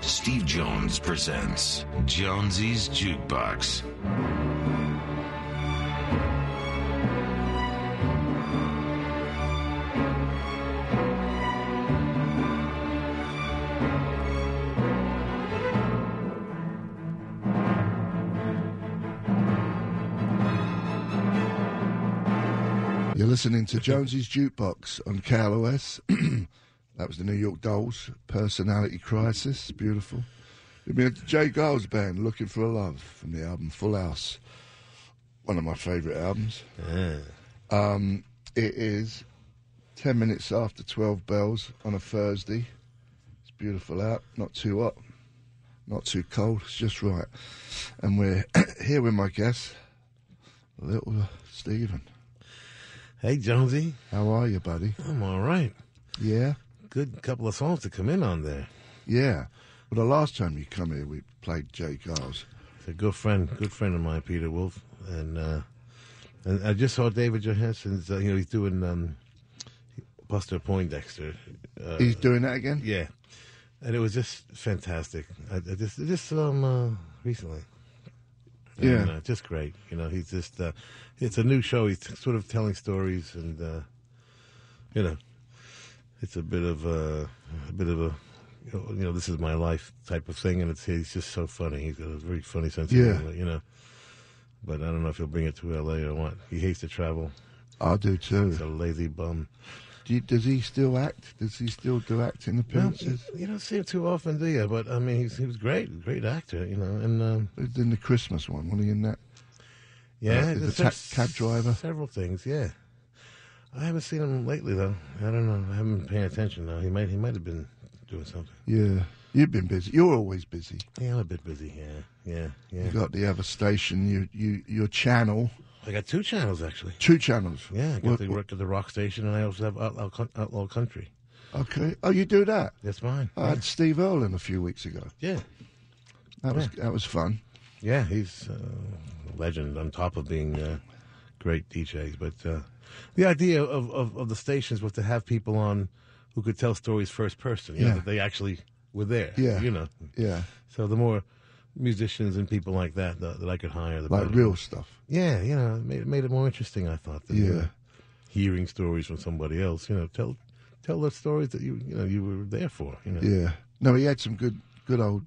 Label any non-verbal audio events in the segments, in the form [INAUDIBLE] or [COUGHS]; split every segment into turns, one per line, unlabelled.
Steve Jones presents Jonesy's Jukebox.
You're listening to Jonesy's Jukebox on KLOS. [CLEARS THROAT] that was the New York Dolls, Personality Crisis. Beautiful. You've been to Jay Giles Band, Looking for a Love, from the album Full House. One of my favourite albums. Um, it is 10 minutes after 12 bells on a Thursday. It's beautiful out, not too hot, not too cold, it's just right. And we're [COUGHS] here with my guest, little Stephen.
Hey, Jonesy.
How are you, buddy?
I'm all right.
Yeah?
Good couple of songs to come in on there.
Yeah. Well, the last time you come here, we played Jay Giles.
It's a good friend, good friend of mine, Peter Wolf, and uh, and I just saw David Johansen's. Uh, you know, he's doing um, Buster Poindexter. Uh,
He's doing that again?
yeah, and it was just fantastic. I, I just I just saw him uh, recently. And,
Yeah.
uh, just great. You know, he's just uh, it's a new show. He's sort of telling stories, and uh, you know, it's a bit of a, a bit of a you know, you know, this is my life type of thing, and it's he's just so funny. He's got a very funny sense of
Yeah.
humor, you know. But I don't know if he'll bring it to L.A. or what. He hates to travel.
I do
He's a
too.
lazy bum.
Do you, does he still act? Does he still do acting
Well,
appearances?
you don't see him too often, do you? But I mean, he's, he was great, great actor, you know. And um,
He's in the Christmas one, wasn't he in that?
yeah,
Uh, the
there's
ta-
sev-
cab driver.
Several things, yeah. I haven't seen him lately, though. I don't know. I haven't been paying attention though. He might, he might have been doing something.
Yeah. You've been busy. You're always busy.
Yeah, I'm a bit busy. Yeah, yeah, yeah.
You got the other station, you, you, your channel,
I got two channels actually.
two channels.
Yeah, I got
What-
to work at the rock station, and I also have Outlaw, Coun- Outlaw Country.
Okay. Oh, you do that.
That's mine.
I had Steve Irwin a few weeks ago.
yeah,
That was that was fun.
yeah. He's uh, a legend on top of being uh, great DJs. But uh, the idea of, of, of the stations was to have people on who could tell stories first person. You
Yeah.
know, that they actually were there.
Yeah.
you know.
Yeah,
So the more musicians and people like that that, that I could hire, the
like
better.
real stuff.
Yeah, you know, it made, it made it more interesting. I thought. Than,
Yeah.
uh, hearing stories from somebody else, you know, tell tell the stories that you you know you were there for. You know.
Yeah. No, he had some good, good old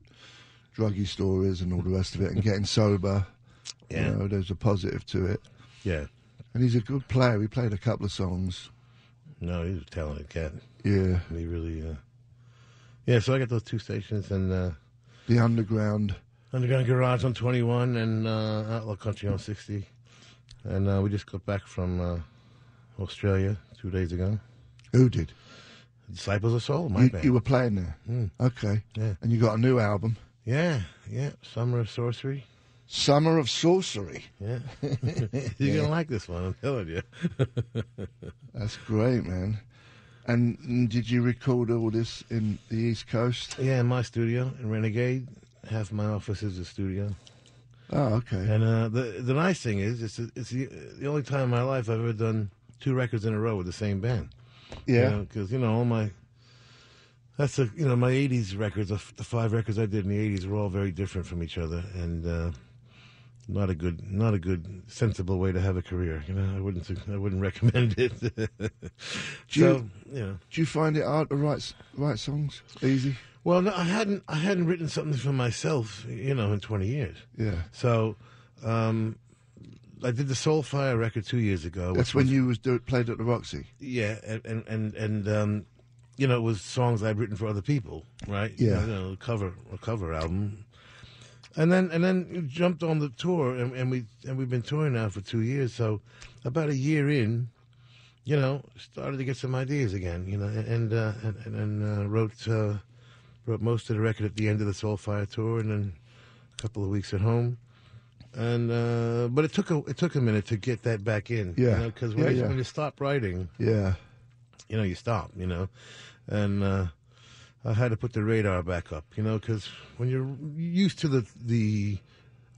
druggy stories and all the rest of
[LAUGHS]
it, and getting sober.
Yeah.
You know, there's a positive to it.
Yeah.
And he's a good player. He played a couple of songs.
No, he's a talented cat.
Yeah.
And he really, uh, yeah. So I got those two stations and uh,
The Underground.
Underground Garage on 21 and uh, Outlaw Country on 60. And uh, we just got back from uh, Australia two days ago.
Who did?
Disciples of Soul, my
You,
band.
you were playing there. Okay.
Hmm. Yeah.
And you got a new album,
yeah, yeah. Summer of Sorcery.
Summer of Sorcery. [LAUGHS]
Yeah. You're going to like this one, I'm telling you.
That's great, man. And mm, did you record all this in the East Coast?
Yeah, in my studio in Renegade. Half my office is a studio.
Oh, okay.
And uh, the the nice thing is, it's it's the, the only time in my life I've ever done two records in a row with the same band.
Yeah.
because you know all my that's the you know my '80s records, the f- the five records I did in the '80s were all very different from each other, and uh, not a good not a good sensible way to have a career. You know, I wouldn't su- I wouldn't [LAUGHS] recommend it.
Do
so
you-
you know.
Do you find it hard to write s- write songs? Easy.
Well, no, I hadn't. I hadn't written something for myself, you know, in twenty years.
Yeah.
So, um, I did the Soulfire record two years ago. which
That's when
was-
you was do, played at the Roxy.
yeah, and and and, and um, you know, it was songs I'd written for other people, right?
Yeah.
you know, a cover a cover album, and then and then you jumped on the tour, and, and we and we've been touring now for two years. So, about a year in, you know, started to get some ideas again, you know, and uh, and and, and uh, wrote uh, wrote most of the record at the end of the Soulfire tour, and then a couple of weeks at home. And uh, but it took a it took a minute to get that back in,
Yeah.
Because when,
Yeah,
you
yeah.
when you stop writing,
Yeah.
you know, you stop, you know. And uh, I had to put the radar back up, you know, because when you're used to the the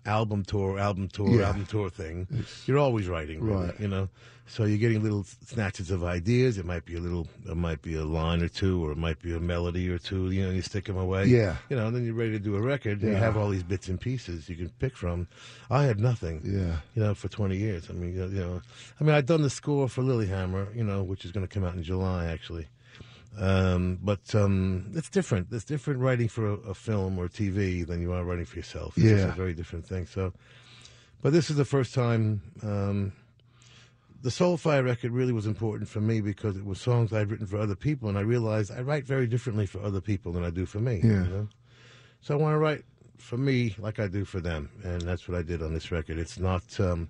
album tour, album tour,
Yeah.
album tour thing. You're always writing, really,
Right.
You know, so you're getting little snatches of ideas. It might be a little, it might be a line or two, or it might be a melody or two. You know, you stick them away.
Yeah.
You know, and then you're ready to do a record. You
Yeah.
have all these bits and pieces you can pick from. I had nothing.
Yeah.
You know, for 20 years. I mean, you know, I mean, I'd done the score for Lilyhammer. You know, which is going to come out in July, actually. Um, but um, it's different. It's different writing for a, a film or TV than you are writing for yourself. It's just
Yeah.
a very different thing. So, but this is the first time. Um, the Soulfire record really was important for me because it was songs I'd written for other people, and I realized I write very differently for other people than I do for me. you
Yeah.
know? So I want to write for me like I do for them, and that's what I did on this record. It's not um,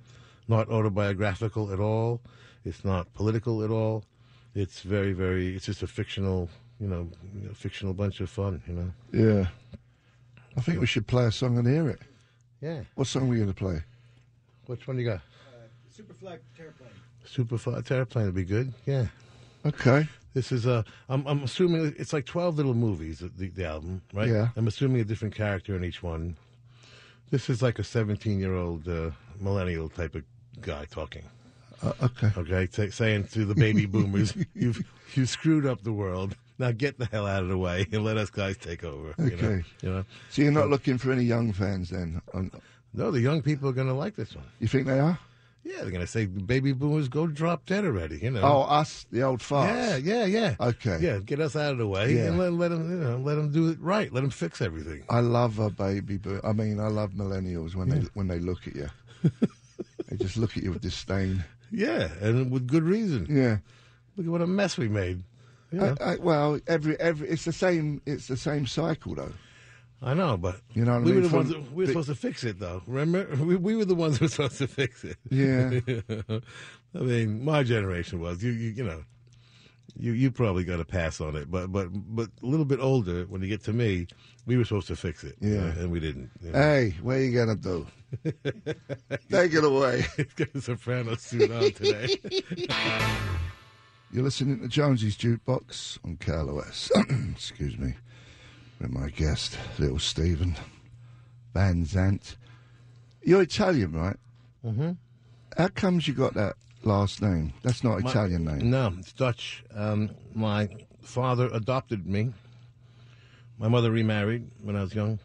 not autobiographical at all. It's not political at all. It's very, very. It's just a fictional, you know, fictional bunch of fun. You know.
Yeah. I think we should play a song and hear it.
Yeah.
What song are we going to play?
Which one you got?
Uh, Superfly Terraplane.
Superfly Terraplane would be good. Yeah.
Okay.
This is a. I'm, I'm assuming it's like twelve little movies. uh, The, the album, right?
Yeah.
I'm assuming a different character in each one. This is like a 17 year old uh, millennial type of guy talking.
Uh, okay.
Okay, t- saying to
[LAUGHS]
the baby boomers, "You've you screwed up the world. Now get the hell out of the way and let us guys take over." You know,
Okay.
you know?
So you're not looking for any young fans then? On,
No, the young people are going to like this one.
you think they are?
Yeah, they're going to say, "Baby boomers, go drop dead already." You know.
Oh, us, the old farts.
Yeah, yeah, yeah.
Okay.
Yeah, get us out of the way
Yeah.
and let, let them, you know, let them do it right. Let them fix everything.
I love a baby boom. I mean, I love millennials when they when they look at you. they just look at you with disdain.
Yeah, and with good reason.
Yeah.
Look at what a mess we made. You know?
I, I, well, every every it's the same it's the same cycle though.
I know, but
You know what I
we
mean?
were the
From
ones that, we were
the-
supposed to fix it, though. Remember, [LAUGHS] we, we were the ones who were supposed to fix it.
Yeah.
I mean, my generation was you, you, you know, you you probably got a pass on it, but but but a little bit older when you get to me, we were supposed to fix it, you
Yeah.
know, and we didn't. [LAUGHS] You know?
hey, what are you gonna do? Take it away.
He's got a soprano suit on today.
You're listening to Jonesy's Jukebox on KLOS. [CLEARS THROAT] Excuse me. With my guest, little Stephen Van Zant. You're Italian, right? Mm-hmm. How comes you got that last name? That's not
My-
Italian name.
No, it's Dutch. Um, my father adopted me. My mother remarried when I was young,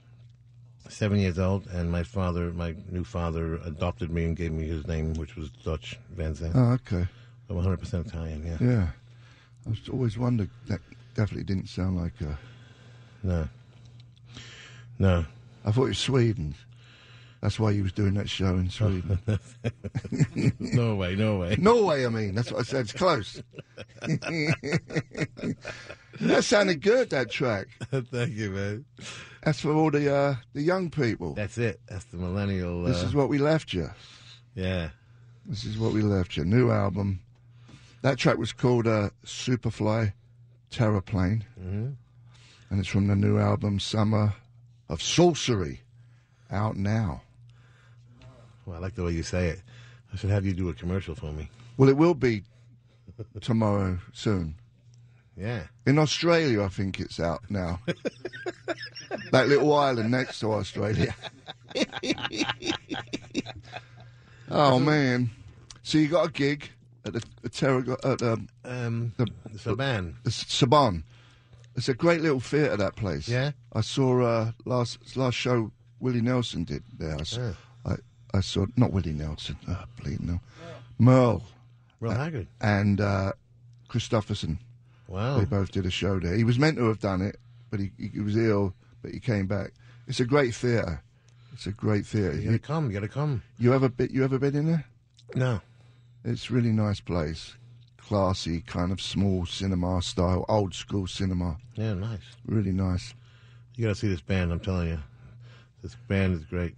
seven years old, and my father, my new father, adopted me and gave me his name, which was Dutch Van Zandt.
Oh, okay.
I'm 100% Italian, yeah.
Yeah. I was always wondered that definitely didn't sound like uh
No. No.
I thought it was Sweden. That's why you was doing that show in Sweden.
No way, no way. [LAUGHS]
Norway, I mean. That's what I said. It's close. [LAUGHS] that sounded good, that track.
Thank you, man.
That's for all the uh, the young people.
That's it. That's the millennial. Uh,
This is what we left you.
yeah.
This is what we left you. New album. That track was called uh, Superfly Terraplane. Mm-hmm. And it's from the new album Summer of Sorcery, out now.
Well, I like the way you say it. I should have you do a commercial for me.
Well, it will be tomorrow soon.
Yeah.
In Australia, I think it's out
[LAUGHS]
now. that little island next to
[LAUGHS]
Australia. oh man! So you got a gig at the, the Terra at the,
Um,
the,
Saban.
the Saban. It's a great little theatre that place.
Yeah?
I saw uh, last last show Willie Nelson did there. I, s-
Yeah.
I, I saw not Willie Nelson. Oh, bleeding no, Merle
Real Haggard.
and uh, Christopherson.
Wow.
They both did a show there. He was meant to have done it, but he, he was ill, but he came back. It's a great theatre. It's a great theatre.
You gotta
You,
come, you gotta come.
you ever been? You ever been in there?
No.
It's really nice place, classy, kind of small cinema style, old school cinema.
Yeah, nice.
Really nice.
You gotta see this band, I'm telling you. This band is great.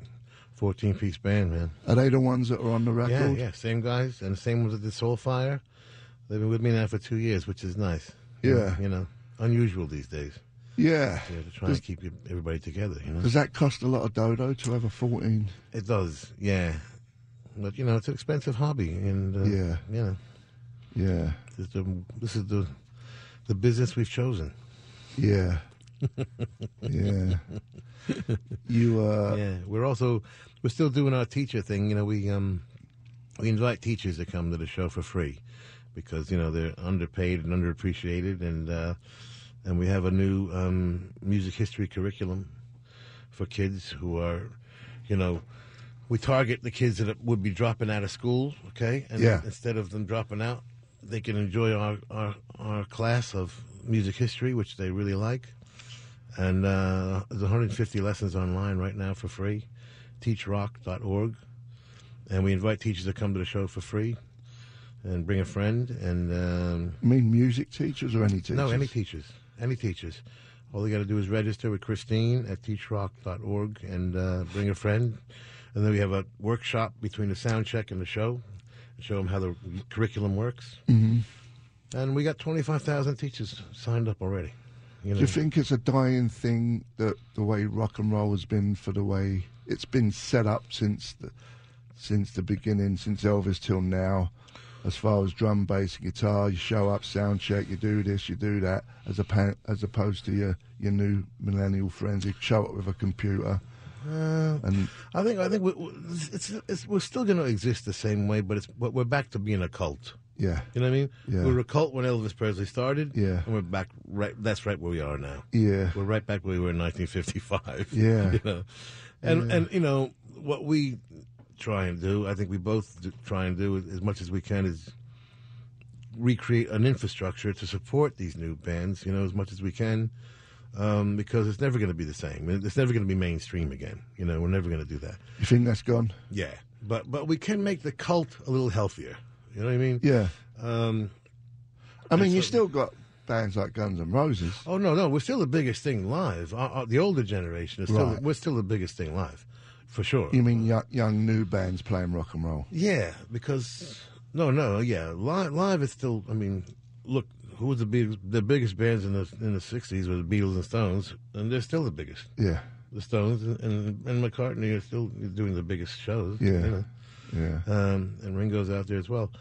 14 piece band, man.
Are they the ones that are on the
Yeah,
record?
yeah. Same guys and the same ones at the Soulfire. They've been with me now for two years, which is nice.
Yeah.
You know, unusual these days.
Yeah.
You know, to try
Does-
and keep you- everybody together, you know?
Does that cost a lot of dodo to have a fourteen?
It does, yeah. But, you know, it's an expensive hobby. And, uh,
Yeah.
you know,
Yeah,
this is, the, this is the, [LAUGHS] the business we've chosen.
yeah, yeah. you uh,
yeah, we're also we're still doing our teacher thing. You know, we um we invite teachers to come to the show for free because you know they're underpaid and underappreciated, and uh, and we have a new um, music history curriculum for kids who are, you know. We target the kids that would be dropping out of school, okay? And
Yeah.
instead of them dropping out, they can enjoy our, our, our class of music history, which they really like. And uh, there's 150 lessons online right now for free, teachrock.org. And we invite teachers to come to the show for free and bring a friend. And um,
I mean music teachers or any teachers?
no, any teachers, any teachers. All they got to do is register with Christine at teachrock.org and uh, bring a friend. And then we have a workshop between the sound check and the show, show them how the curriculum works. Mm-hmm. And we got 25,000 teachers signed up already. You
Do
know,
you think it's a dying thing that the way rock and roll has been for the way it's been set up since the since the beginning, since Elvis till now, as far as drum, bass, and guitar, you show up, sound check, you do this, you do that, as a pan- as opposed to your your new millennial friends who show up with a computer
uh,
and
I think I think we, we- it's, it's, we're still going to exist the same way, but it's but we're back to being a cult.
yeah,
You know what I mean?
Yeah.
We were a cult when Elvis Presley started.
Yeah.
and we're back right. That's right where we are now.
yeah,
We're right back where we were in 1955.
Yeah.
[LAUGHS] you know, and and you know what we try and do. I think we both do, try and do as as much as we can is recreate an infrastructure to support these new bands. You know, as much as we can. Um, because it's never going to be the same. It's never going to be mainstream again. You know, we're never going to do that.
you think that's gone?
Yeah, but but we can make the cult a little healthier. You know what I mean?
Yeah,
Um,
I mean, you still got bands like Guns N' Roses.
oh no, no, we're still the biggest thing live. Our, our- the older generation is still
Right.
we're still the biggest thing live, for sure.
You mean young, young new bands playing rock and roll?
Yeah, because no, no, yeah, live, live is still. I mean, look, who was the big, the biggest bands in the in the '60s were the Beatles and Stones, and they're still the biggest.
Yeah,
The Stones and and, and McCartney are still doing the biggest shows.
Yeah.
you know.
yeah.
um, and Ringo's out there as well.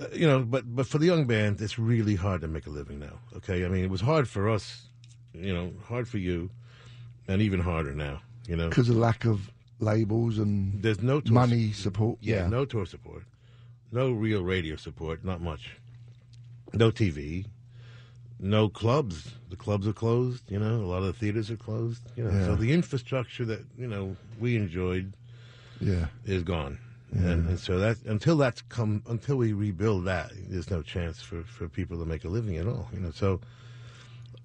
Uh, you know, but but for the young band, it's really hard to make a living now. Okay, I mean, it was hard for us, you know, hard for you, and even harder now. You know,
because of lack of labels and
there's no tour
money support.
yeah, no tour support, no real radio support, not much, no TV, no clubs. The clubs are closed. You know, a lot of the theaters are closed. You know,
Yeah.
so the infrastructure that you know we enjoyed
yeah,
is gone. And, and so that until that's come until we rebuild that, there's no chance for, for people to make a living at all. You know, so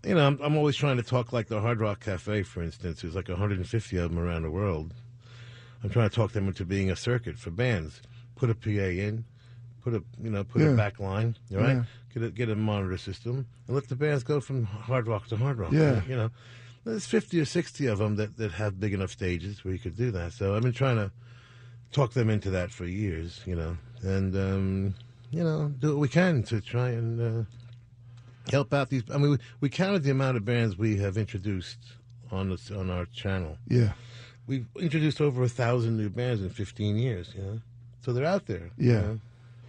you know, I'm, I'm always trying to talk like the Hard Rock Cafe, for instance. There's like 150 of them around the world. I'm trying to talk them into being a circuit for bands. Put a PA in, put a you know, put
Yeah.
a back line, all right?
Yeah.
Get a get a monitor system and let the bands go from Hard Rock to Hard Rock.
Yeah.
you know, there's 50 or 60 of them that that have big enough stages where you could do that. So I've been trying to talk them into that for years, you know, and um, you know, do what we can to try and uh, help out these. I mean, we, we counted the amount of bands we have introduced on this, on our channel.
yeah,
We've introduced over a thousand new bands in fifteen years, you know, so they're out there. you
Yeah.
know?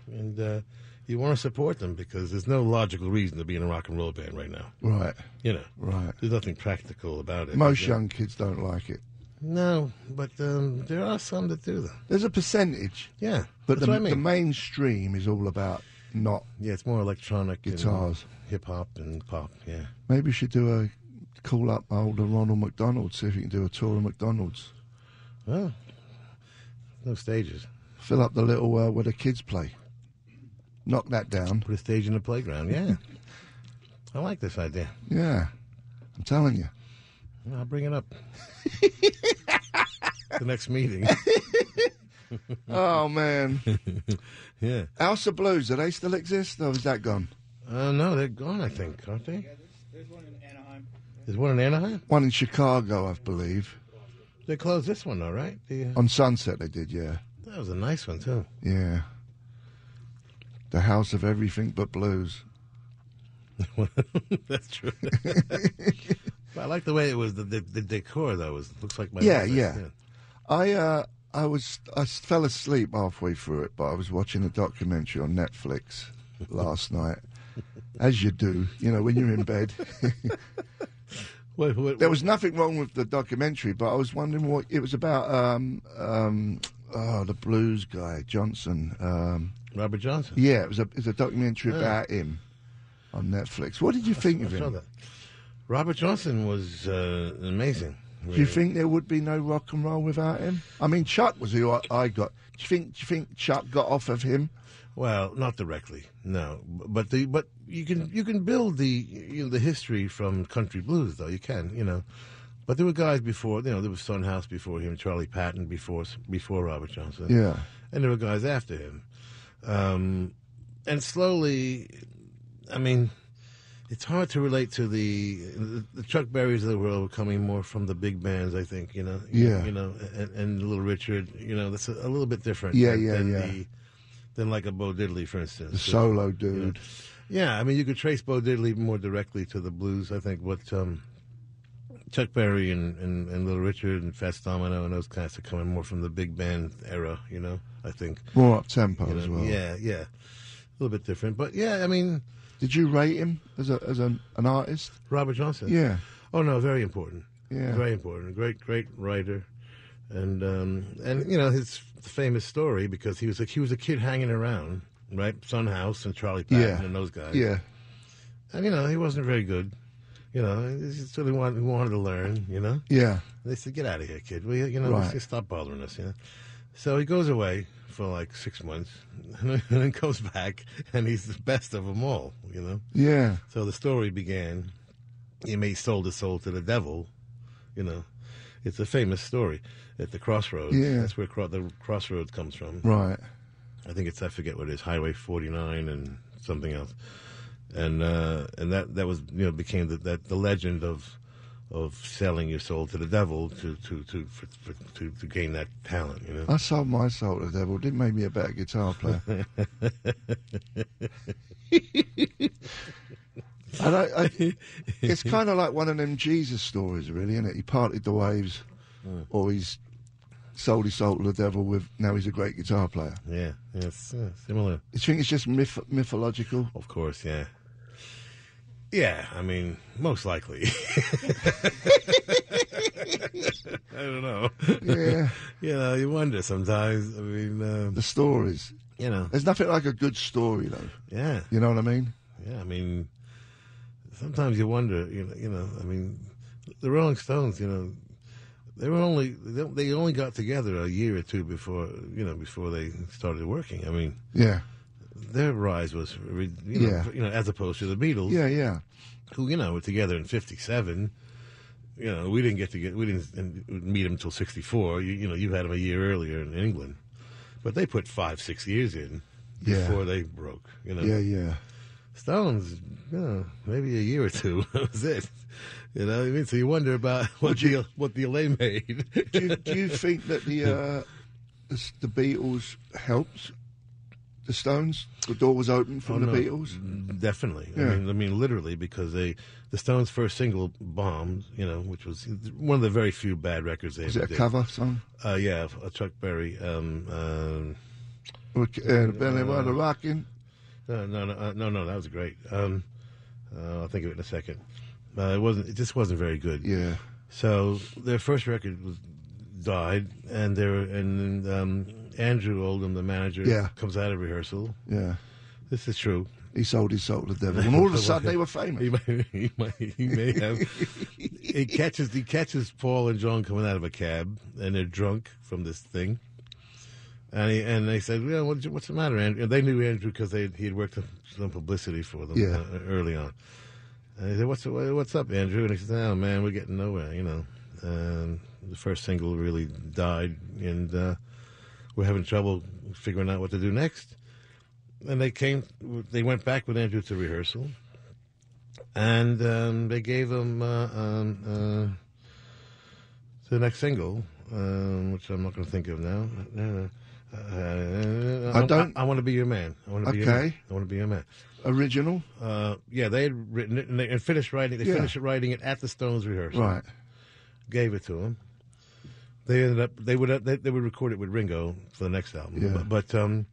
and uh, you want to support them because there's no logical reason to be in a rock and roll band right now,
right,
you know.
right.
There's nothing practical about it.
Most young kids don't like it.
No, but um, there are some that do, though.
There's a percentage,
Yeah,
but
that's
the,
what I mean.
the mainstream is all about not.
Yeah, it's more electronic and
Guitars.
hip hop and pop. Yeah,
Maybe you should do a call up older Ronald McDonald, see if you can do a tour of McDonald's.
well, no stages.
Fill up the little uh, where the kids play. Knock that down.
Put a stage in the playground.
[LAUGHS]
Yeah, I like this idea.
Yeah, I'm telling you.
I'll bring it up.
[LAUGHS]
the next meeting. [LAUGHS]
oh man,
Yeah.
House of Blues, do they still exist? Or is that gone?
Uh, no, they're gone. I think, aren't they?
Yeah, there's, there's one in Anaheim.
There's one in Anaheim.
One in Chicago, I believe.
They closed this one, all right. The, uh,
On Sunset, they did. Yeah.
that was a nice one too.
Yeah. The house of everything but blues.
[LAUGHS] That's true. I like the way it was. The, the, the decor though was looks like my
Yeah,
office,
yeah. I uh I was I s- fell asleep halfway through it, but I was watching a documentary on
[LAUGHS]
Netflix
[LAUGHS]
last night. As you do, you know, when you're in bed.
Wait, wait,
There was nothing wrong with the documentary, but I was wondering what it was about. Um, um, oh, the blues guy Johnson. Um,
Robert Johnson.
yeah, it was a it's a documentary about him on Netflix. What did you think of
I saw
him?
that. Robert Johnson was uh, amazing.
Do you think there would be no rock and roll without him? I mean, Chuck was who I, I got. Do you think? Do you think Chuck got off of him?
Well, not directly, no. But the but you can you can build the you know, the history from country blues though you can you know. But there were guys before you know there was Stonehouse before him, Charlie Patton before before Robert Johnson.
Yeah.
and there were guys after him. Um, and slowly, I mean, it's hard to relate to the, the the Chuck Berrys of the world were coming more from the big bands, I think. You know,
Yeah.
you know, and, and Little Richard. You know, that's a, a little bit different.
Yeah,
than,
yeah,
than
yeah.
The, than like a Bo Diddley, for
The
instance.
solo dude.
Yeah, I mean, you could trace Bo Diddley more directly to the blues, I think, what um, Chuck Berry and, and, and Little Richard and Fats Domino and those guys are coming more from the big band era, you know, I think.
More up tempo
You
as
know,
well.
Yeah, yeah. A little bit different. But yeah, I mean,
Did you rate him as a as an, an artist?
Robert Johnson.
Yeah.
Oh, no, very important.
Yeah.
Very important. Great, great writer. And, um, and you know, his famous story because he was a, he was a kid hanging around, right? Sunhouse and Charlie Patton
Yeah.
and those guys.
Yeah.
And, you know, he wasn't very good. You know, he just really wanted, he wanted to learn, you know?
Yeah.
They said, "Get out of here, kid. Will you, you know,
Right.
just stop bothering us." You know. So he goes away for like six months, [LAUGHS] and then comes back, and he's the best of them all. You know.
Yeah.
So the story began. He may sold his soul to the devil. You know, it's a famous story at the crossroads.
Yeah.
That's where cro- the crossroads comes from.
Right.
I think it's I forget what it is, Highway 49 and something else, and uh, and that that was you know became the, that the legend of of selling your soul to the devil to to to for, for, to, to gain that talent, you know.
I sold my soul to the devil. Didn't make me a better guitar player. I don't, I, it's kind of like one of them Jesus stories, really, isn't it? He parted the waves, or he's sold his soul to the devil. With now he's a great guitar player.
Yeah, yeah, it's, uh, similar,
Do you think it's just myth, mythological?
of course. Yeah, yeah. I mean, most likely. [LAUGHS] I don't know.
Yeah,
you know, you wonder sometimes. I mean, uh,
the stories.
you know,
There's nothing like a good story, though.
yeah.
You know what I mean?
Yeah, I mean, sometimes you wonder, you know, you know, I mean, the Rolling Stones, you know, they were only they they only got together a year or two before, you know, before they started working. I mean,
Yeah,
their rise was, re- you know,
Yeah.
you know, as opposed to the Beatles,
yeah, yeah.
who you know were together in '57. You know, we didn't get to get we didn't and meet them until '64. You, you know, you had them a year earlier in England, but they put five, six years in
Yeah.
before they broke. You know,
Yeah, yeah.
Stones, you know, maybe a year or two. [LAUGHS] That was it. You know what I mean? So you wonder about what the what the LA made. [LAUGHS]
Do you, do you think that the, uh, the s- the Beatles helped the Stones? The door was open from the
Oh, no.
Beatles.
Definitely.
Yeah.
I mean, I mean, literally, because they the Stones' first single bombed. You know, which was one of the very few bad records they
Is
ever
it a
did.
cover song?
Uh, yeah, of- of Chuck Berry. Um, um,
Or, Uh, Billy uh, the rocking.
no, no, no, uh, no, no, that was great. Um, uh, I'll think of it in a second. Uh, it wasn't. It just wasn't very good.
Yeah,
So their first record was died, and they were, and um, Andrew Oldham, the manager,
Yeah.
comes out of rehearsal.
yeah.
This is true.
He sold his soul to the devil, and all of a sudden they were
He
famous.
may, he may, he may have. he catches he catches Paul and John coming out of a cab, and they're drunk from this thing. And he, and they said, "Well, what's, what's the matter, Andrew?" And they knew Andrew because they he had worked on some publicity for them
Yeah.
uh, early on. And he said, "What's what's up, Andrew?" And he said, "Oh man, we're getting nowhere, you know." Um, the first single really died, and uh, we're having trouble figuring out what to do next. And they came, they went back with Andrew to rehearsal, and um, they gave him uh, um, uh, the next single, um, which I'm not going to think of now. Uh, uh,
I don't-
I, want to be your man. I want to be your
Okay.
man. I want to be your man.
Original,
Uh, yeah, they had written it and, they, and finished writing. They
Yeah.
finished writing it at the Stones rehearsal
right?
gave it to him. They ended up they would they, they would record it with Ringo for the next album.
Yeah.
But, but um,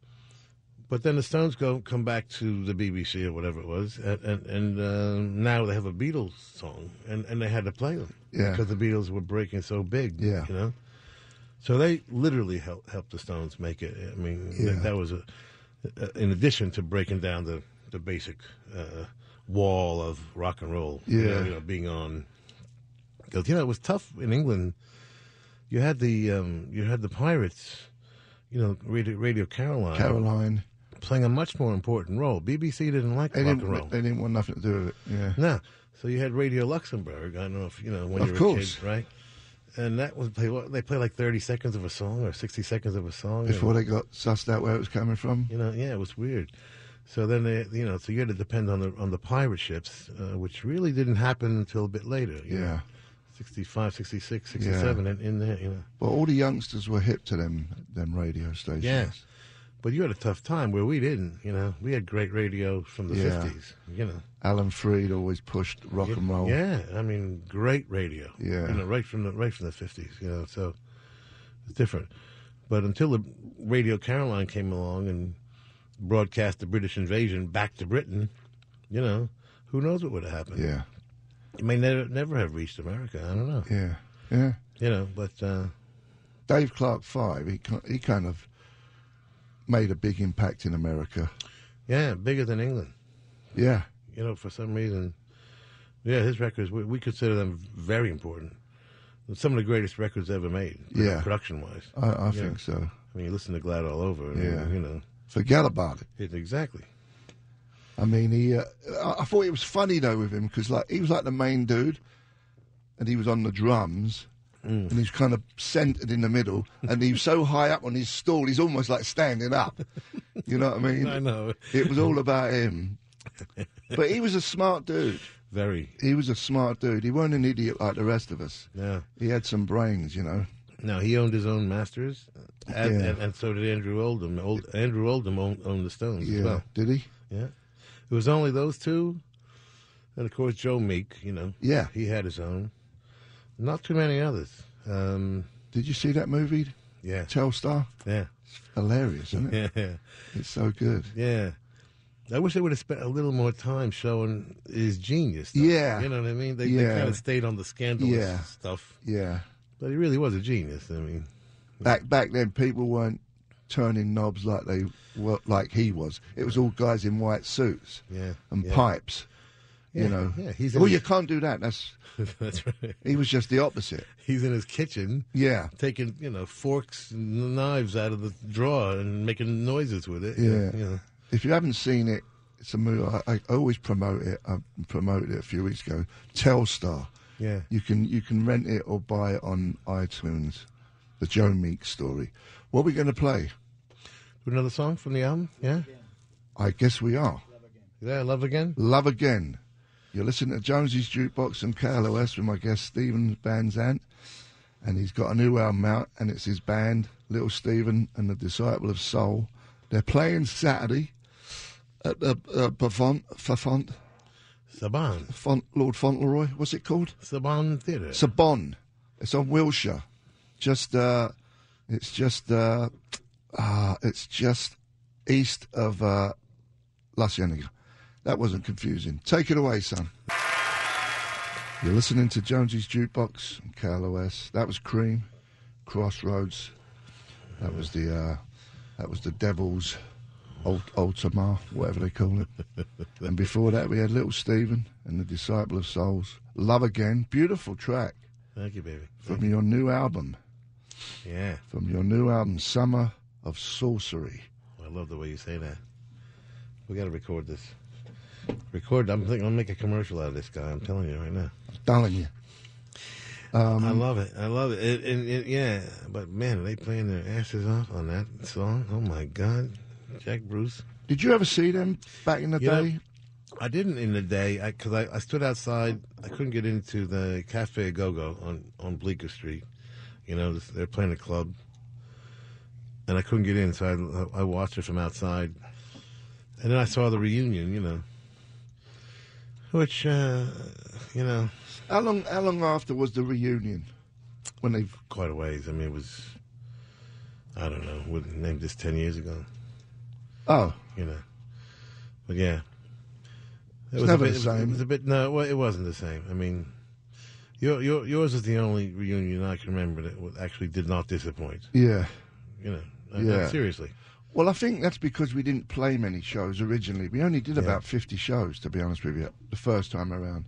But then the Stones go come back to the BBC or whatever it was, and and, and uh, now they have a Beatles song, and, and they had to play them
Yeah.
because the Beatles were breaking so big,
Yeah.
you know. So they literally helped helped the Stones make it. I mean, th-
Yeah.
that was a, a- in addition to breaking down the the basic uh, wall of rock and roll, you know,
Yeah.
you know, being on because you know it was tough in England. You had the um, you had the Pirates, you know, Radio, Radio
Caroline.
playing a much more important role. BBC didn't like
They
rock and
didn't,
roll.
they didn't want nothing to do with it. Yeah.
No. So you had Radio Luxembourg. I don't know if you know when
Of
you were
course.
a kid, right? And that was play. What they play like thirty seconds of a song or sixty seconds of a song. and,
Before they got sussed out where it was coming from.
you know, yeah, it was weird. So then they, you know, so you had to depend on the on the pirate ships, uh, which really didn't happen until a bit later. You know,
Yeah.
65, 66, 67, and in there, you know.
But all the youngsters were hip to them them radio stations.
Yeah. But you had a tough time where we didn't, you know. We had great radio from the
Yeah.
fifties, you know.
Alan Freed always pushed rock and roll.
Yeah, I mean, great radio.
Oh. Yeah.
you know, right from the right from the fifties. You know, so it's different. But until the Radio Caroline came along and broadcast the British invasion back to Britain, you know, who knows what would have happened?
Yeah.
It may never never have reached America. I don't know.
Yeah. Yeah.
You know, but uh,
Dave Clark Five, he ki- he kind of made a big impact in America.
yeah, bigger than England.
Yeah.
you know, for some reason, yeah, his records we, we consider them very important. Some of the greatest records ever made,
Yeah.
production wise.
I, I think so.
I mean, you listen to Glad all over, and,
Yeah.
you know,
Forget about it.
it, exactly.
I mean, he. Uh, I I thought it was funny though with him because like he was like the main dude, and he was on the drums,
Mm.
and he's kind of centered in the middle, and he was so high up on his stool, he's almost like standing up. You know what I mean?
I know,
It was all about him. But he was a smart dude.
very.
He was a smart dude. He weren't an idiot like the rest of us.
Yeah.
He had some brains, you know.
Now he owned his own masters, and,
Yeah.
and, and so did Andrew Oldham. Old, Andrew Oldham owned, owned the Stones
Yeah.
as well.
Did he?
Yeah, it was only those two, and of course Joe Meek. You know,
Yeah.
he had his own. Not too many others. Um,
Did you see that movie,
yeah,
Telstar?
yeah, [LAUGHS]
It's hilarious, isn't it?
yeah.
It's so good.
Yeah. I wish they would have spent a little more time showing his genius. though.
Yeah.
You know what I mean? They,
Yeah.
they kind of stayed on the scandalous
Yeah.
stuff.
Yeah.
But he really was a genius. I mean,
Back back then, people weren't turning knobs like they were, like he was. It was all guys in white suits
yeah.
and
yeah.
pipes.
Yeah,
You know.
yeah, he's in
well, you
his-
can't do that. That's
That's right.
he was just the opposite.
[LAUGHS] He's in his kitchen
Yeah.
taking, you know, forks and knives out of the drawer and making noises with it.
Yeah.
You know.
If you haven't seen it, it's a movie. I, I always promote it. I promoted it a few weeks ago. Telstar.
Yeah.
You can you can rent it or buy it on iTunes. The Joe Meek story. What are we going to play?
Another song from the album? Yeah.
I guess we are.
Yeah, Love Again?
Love Again. You're listening to Jonesy's Jukebox and KLOS with my guest Stephen Van Zandt. And he's got a new album out, and it's his band, Little Stephen and the Disciple of Soul. They're playing Saturday at the uh, Pavant, Fafont,
Saban.
Font, Lord Fauntleroy. What's it called?
Saban Theater.
Sabon. It's on Wilshire. Just, uh, it's just, uh, uh, it's just east of uh, La Cienega. That wasn't confusing. Take it away, son. You're listening to Jonesy's Jukebox on KLOS. That was Cream, Crossroads. That was the, uh, that was the Devil's Ult- Ultima, whatever they call it. And before that, we had Little Stephen and the Disciple of Souls. Love Again, beautiful track
Thank you, baby.
from your new album,
Yeah.
from your new album, Summer of Sorcery.
I love the way you say that. We got to record this. Record. I'm thinking I'll make a commercial out of this guy. I'm telling you right now.
I'm telling you,
I love it. I love it. it, it, it yeah, but man, are they playing their asses off on that song? Oh my God, Jack Bruce.
did you ever see them back in the
You know-
day?
I didn't in the day because I, I, stood outside. I couldn't get into the Cafe Go Go on on Bleecker Street. You know, this- they're playing a club, and I couldn't get in, so I, I watched it from outside. And then I saw the reunion. You know, which uh, you know,
How long? How long after was the reunion? When they
quite a ways. I mean, it was I don't know. Wouldn't name this ten years ago.
Oh,
you know. But yeah, it
It's
was
never
a bit,
the
It
same.
was a bit no, well, it wasn't the same. I mean, your, your yours is the only reunion I can remember that wa- actually did not disappoint.
yeah.
You know, I- I-
Yeah.
seriously.
Well, I think that's because we didn't play many shows originally. We only did about 50 shows, to be honest with you, the first time around.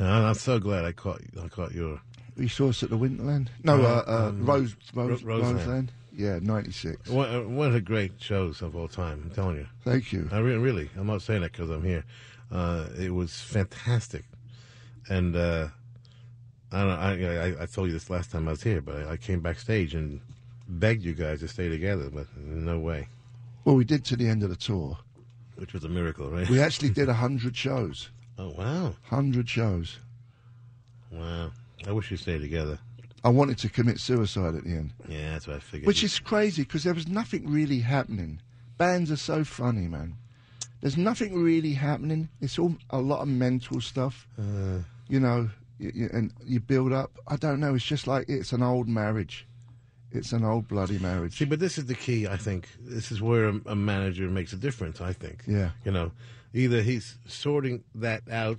No, and I'm so glad I caught I caught your
You saw us at the Winterland? No,
Uh,
uh, uh,
um,
Rose, Rose,
Ro- Roseland.
Roseland. Yeah, 96.
one, uh, one of the great shows of all time. I'm telling you,
Thank you.
I re- really I'm not saying that because I'm here. Uh, it was fantastic, and uh, I don't know. I, I I told you this last time I was here, but I, I came backstage and begged you guys to stay together, but no way.
Well, we did to the end of the tour.
Which was a miracle, right? [LAUGHS]
We actually did 100 shows.
Oh wow,
100 shows.
wow! I wish you stayed together.
I wanted to commit suicide at the end,
Yeah, that's what I figured.
which is crazy because there was nothing really happening. Bands are so funny, man. There's nothing really happening. It's all a lot of mental stuff,
uh,
you know, y y and you build up. I don't know. It's just like it's an old marriage. It's an old bloody marriage.
see, but this is the key. I think this is where a, a manager makes a difference. I think.
Yeah.
You know, either he's sorting that out,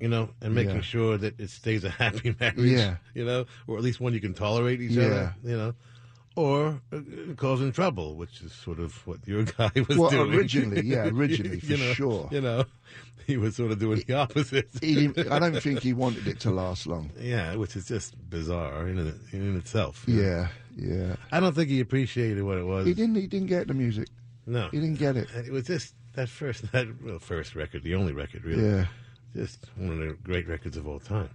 you know, and making
Yeah.
sure that it stays a happy [LAUGHS] marriage.
Yeah.
You know, or at least one you can tolerate each other. You know. Or uh, causing trouble, which is sort of what your [LAUGHS] guy was
Well,
doing.
originally, yeah,
[LAUGHS]
originally, for
you know,
sure.
You know, [LAUGHS] he was sort of doing the opposite.
He didn't, I don't think he wanted it to last long.
Yeah, which is just bizarre in it- in itself.
Yeah, yeah.
I don't think he appreciated what it was.
He didn't. He didn't get the music.
No,
He didn't get it.
it was just that first that well, first record, the only record really.
Yeah.
just one of the great records of all time.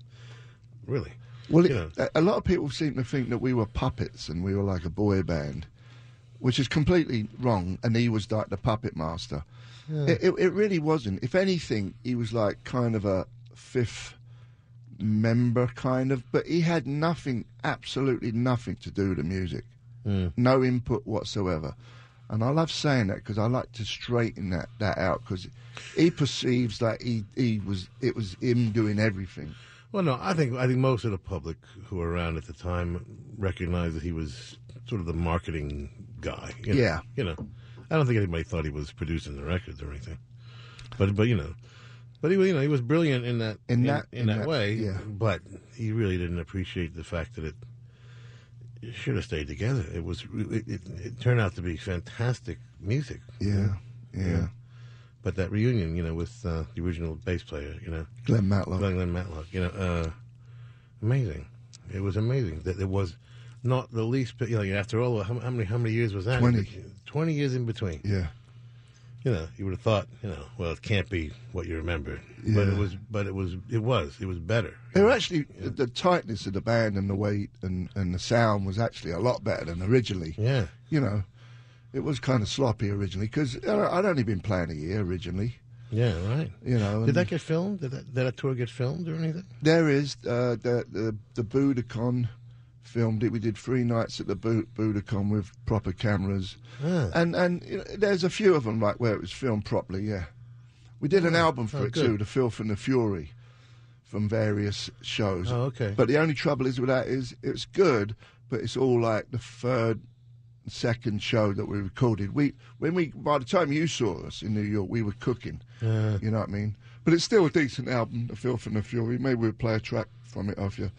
Really,
Well, it,
You know.
a- a lot of people seem to think that we were puppets and we were like a boy band, which is completely wrong. And he was like the puppet master. It, it, it really wasn't. If anything, he was like kind of a fifth member, kind of. But he had nothing, absolutely nothing to do with the music. No input whatsoever. And I love saying that because I like to straighten that, that out because he perceives that he, he was it was him doing everything.
well, no, I think I think most of the public who were around at the time recognized that he was sort of the marketing guy. you know.
Yeah.
you know, I don't think anybody thought he was producing the records or anything, but but you know. But he, was- you know, he was brilliant in that
In that-
in,
in
that,
that-
way.
yeah.
But he really didn't appreciate the fact that it, it should have stayed together. It was re- it, it, it turned out to be fantastic music.
Yeah, yeah.
Yeah. But that reunion, you know, with uh, the original bass player, you know,
Glenn Matlock.
Glenn Glenn Matlock, you know, uh, amazing. It was amazing that there was not the least bit. You know, after all, how, how many how many years was that?
20.
Twenty years in between.
Yeah,
you know, you would have thought, you know, well, it can't be what you remembered, but it
Yeah.
was, but it was, it was, it was better.
they were actually the- the tightness of the band and the weight and and the sound was actually a lot better than originally.
Yeah,
You know, it was kind of sloppy originally because I'd only been playing a year originally.
yeah, right.
You know,
Did
and
that get filmed? Did that, did that tour get filmed or anything?
there is uh, the the the Budacon filmed it. We did three nights at the Bu- Budacon with proper cameras,
Ah.
and and you know, there's a few of them like where it was filmed properly. Yeah, we did an album for
oh,
it
good.
too, The Filth and the Fury, from various shows.
Oh, okay.
But the only trouble is with that is it's good, but it's all like the third, second show that we recorded. We when we by the time you saw us in New York, we were cooking.
Yeah.
You know what I mean? But it's still a decent album, The Filth and the Fury. Maybe we'll play a track from it off you,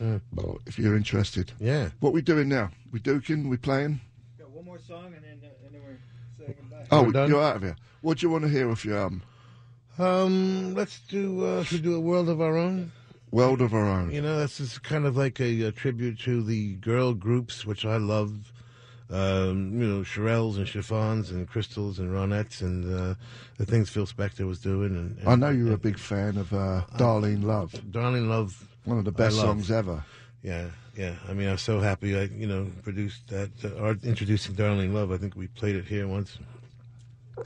Uh,
Well, if you're interested.
yeah.
What we doing now? We duking? We playing?
Got one more song and then, uh, and then we're saying goodbye.
Oh,
We're done.
you're out of here. What do you want to hear off your album?
Um, let's do, uh, should we do a world of our own?
World of Our Own.
You know, this is kind of like a, a tribute to the girl groups, which I love. Um, you know, Shirelles and Chiffons and Crystals and Ronettes and uh, the things Phil Spector was doing. And, and
I know you're a big fan of uh, Darlene Love,
Darling Love.
one of the
I
best
love.
songs ever.
Yeah, yeah. I mean, I'm so happy I, you know, produced that, uh, or introducing Darling Love. I think we played it here once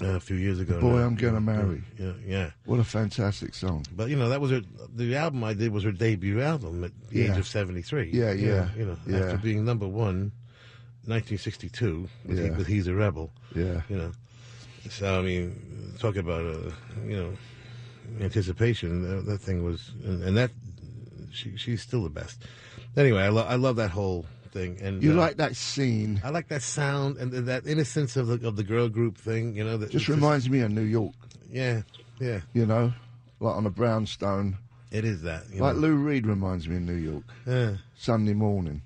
uh, a few years ago.
Boy,
now.
I'm Gonna Marry.
Yeah, yeah.
What a fantastic song.
But, you know, that was her, the album I did was her debut album at the
Yeah.
age of 73.
Yeah, yeah,
You know,
yeah.
after being number one, 1962, with, he,
Yeah.
with He's a Rebel,
Yeah.
you know. So, I mean, talk about, uh, you know, anticipation. uh, That, that thing was, and, and that she she's still the best. Anyway, I, lo- I love that whole thing. And
You
uh,
like that scene?
I like that sound and th- that innocence of the of the girl group thing. You know, that
Just
it's
reminds me of New York.
yeah, yeah,
You know, like on a brownstone.
it is that. You
Like
know?
Lou Reed reminds me of New York.
yeah,
Sunday morning.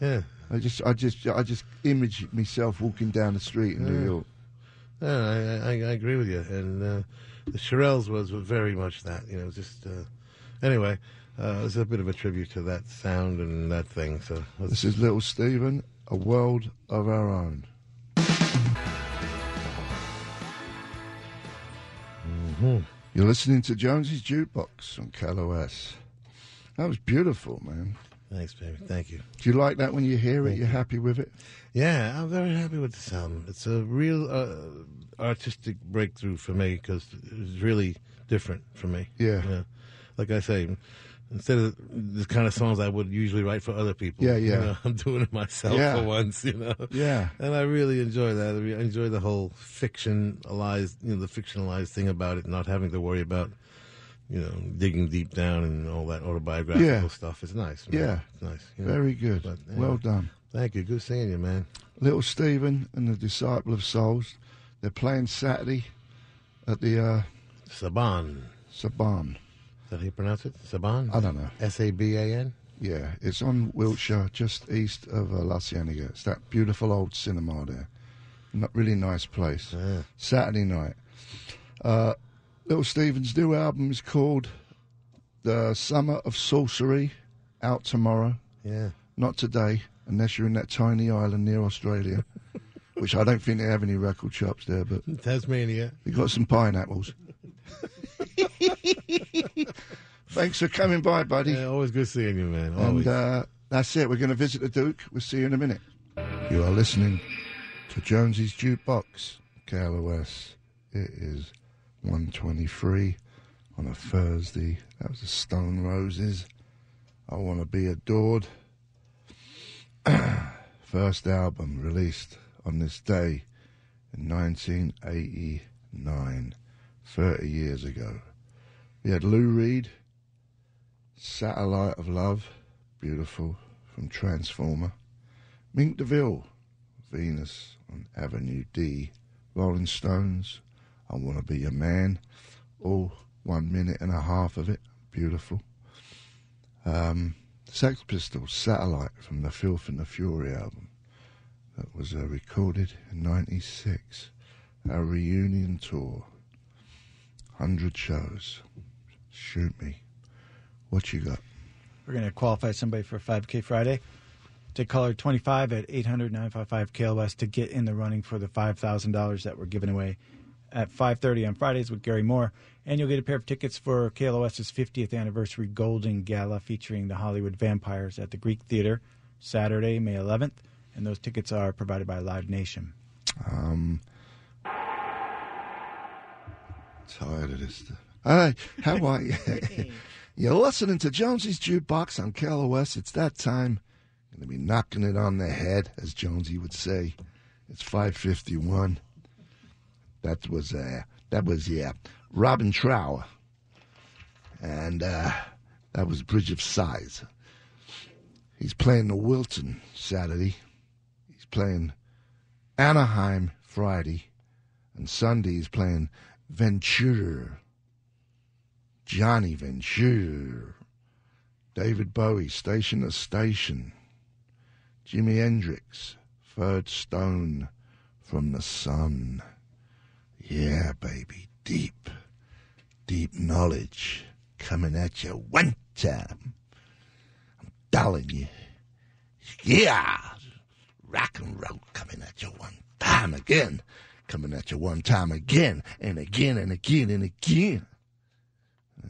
yeah,
I just, I just, I just image myself walking down the street in New York.
yeah I, I, I agree with you. And uh, the Shirelles was were very much that. You know, just uh, anyway, uh, it was a bit of a tribute to that sound and that thing. So let's-
This is Little Stephen, a world of our own. Mm-hmm. You're listening to Jonesy's Jukebox on Cal OS. That was beautiful, man.
thanks, baby. Thank you.
Do you like that when you hear it? You're happy with it?
Yeah, I'm very happy with this album. It's a real uh, artistic breakthrough for me because it's really different for me.
Yeah.
You know? Like I say, instead of the kind of songs I would usually write for other people,
Yeah,
you
yeah.
know, [LAUGHS] I'm doing it myself
Yeah.
for once, you know.
Yeah.
And I really enjoy that. I re- enjoy the whole fictionalized, you know, the fictionalized thing about it, not having to worry about, you know, digging deep down and all that autobiographical
Yeah.
stuff. It's nice. man.
Yeah.
It's nice. you know.
Very good.
But, yeah.
Well done.
Thank you. Good seeing you, man.
Little Stephen and the Disciple of Souls. They're playing Saturday at the uh,
Saban.
Saban.
Is that how you pronounce it? Saban?
I don't know.
S A B A N?
Yeah, it's on Wiltshire, just east of uh, La Cienega. It's that beautiful old cinema there. Not really nice place.
Yeah.
Saturday night. Uh, Little Stephen's new album is called "The Summer of Sorcery." Out tomorrow,
Yeah.
not today, unless you're in that tiny island near Australia, which I don't think they have any record shops there, but
Tasmania.
we got some pineapples. Thanks for coming by, buddy.
Yeah, always good seeing you, man. Always.
And uh, that's it. We're going to visit the Duke. We'll see you in a minute. You are listening to Jonesy's Jukebox, KLOS. It is 123 on a Thursday. That was the Stone Roses. I Want to Be Adored. [CLEARS THROAT] First album released on this day in 1989, 30 years ago. We had Lou Reed, Satellite of Love, beautiful, from Transformer. Mink DeVille, Venus on Avenue D. Rolling Stones, I Want to Be Your Man. All one minute and a half of it, beautiful. Um, Sex Pistols, Satellite from the Filth and the Fury album. That was uh, recorded in 96. Our reunion tour. 100 shows. Shoot me. What you got?
We're going to qualify somebody for 5K Friday. To caller 25 at 800 955 KLS to get in the running for the $5,000 that we're giving away at 5.30 on Fridays with Gary Moore. And you'll get a pair of tickets for KLOS's 50th anniversary Golden Gala featuring the Hollywood Vampires at the Greek Theater Saturday, May 11th. And those tickets are provided by Live Nation.
Um, tired of this stuff. Hey, how are you? [LAUGHS] You're listening to Jonesy's Jukebox on KLOS. It's that time. Going to be knocking it on the head, as Jonesy would say. It's 5:51. That was uh, that was yeah, Robin Trower, and uh, that was Bridge of Sighs. He's playing the Wilton Saturday. He's playing Anaheim Friday, and Sunday is playing Ventura. Johnny Ventura. David Bowie, Station to Station. Jimi Hendrix, Third Stone from the Sun. Yeah, baby, deep, deep knowledge coming at you one time. I'm telling you. Yeah rock and roll coming at you one time again, coming at you one time again, and again and again and again.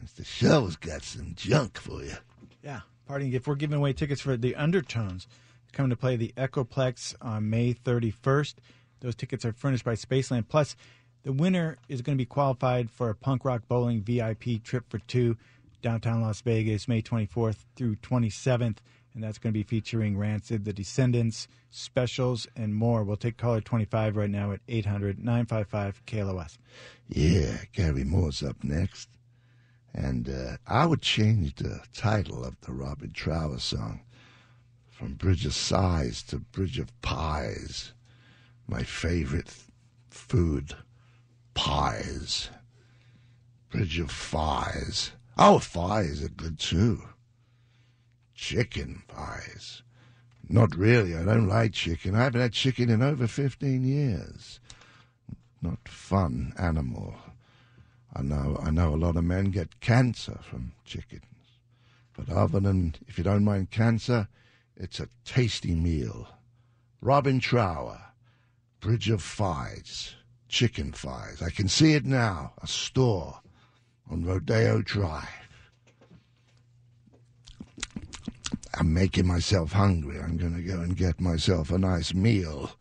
Mr. Shell's got some junk for you.
Yeah, parting gift. We're giving away tickets for the Undertones coming to play the Echoplex on May 31st. Those tickets are furnished by Spaceland. Plus, the winner is going to be qualified for a punk rock bowling VIP trip for two downtown Las Vegas, May 24th through 27th. And that's going to be featuring Rancid, The Descendants, Specials, and more. We'll take caller 25 right now at 800 955 KLOS.
Yeah, Gary Moore's up next. And uh, I would change the title of the Robin Trower song From Bridge of Sighs to Bridge of Pies. My favorite food, pies. Bridge of Fies. Oh, Fies are good too. Chicken pies. Not really. I don't like chicken. I haven't had chicken in over 15 years. Not fun animal. I know, I know a lot of men get cancer from chickens. But other than, if you don't mind cancer, it's a tasty meal. Robin Trower, Bridge of Fides, Chicken Fides. I can see it now, a store on Rodeo Drive. I'm making myself hungry. I'm going to go and get myself a nice meal.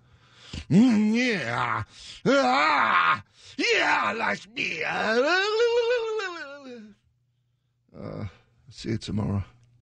Mm, yeah. [LAUGHS] Ah, yeah, nice [LAUGHS] meal. Uh, see you tomorrow.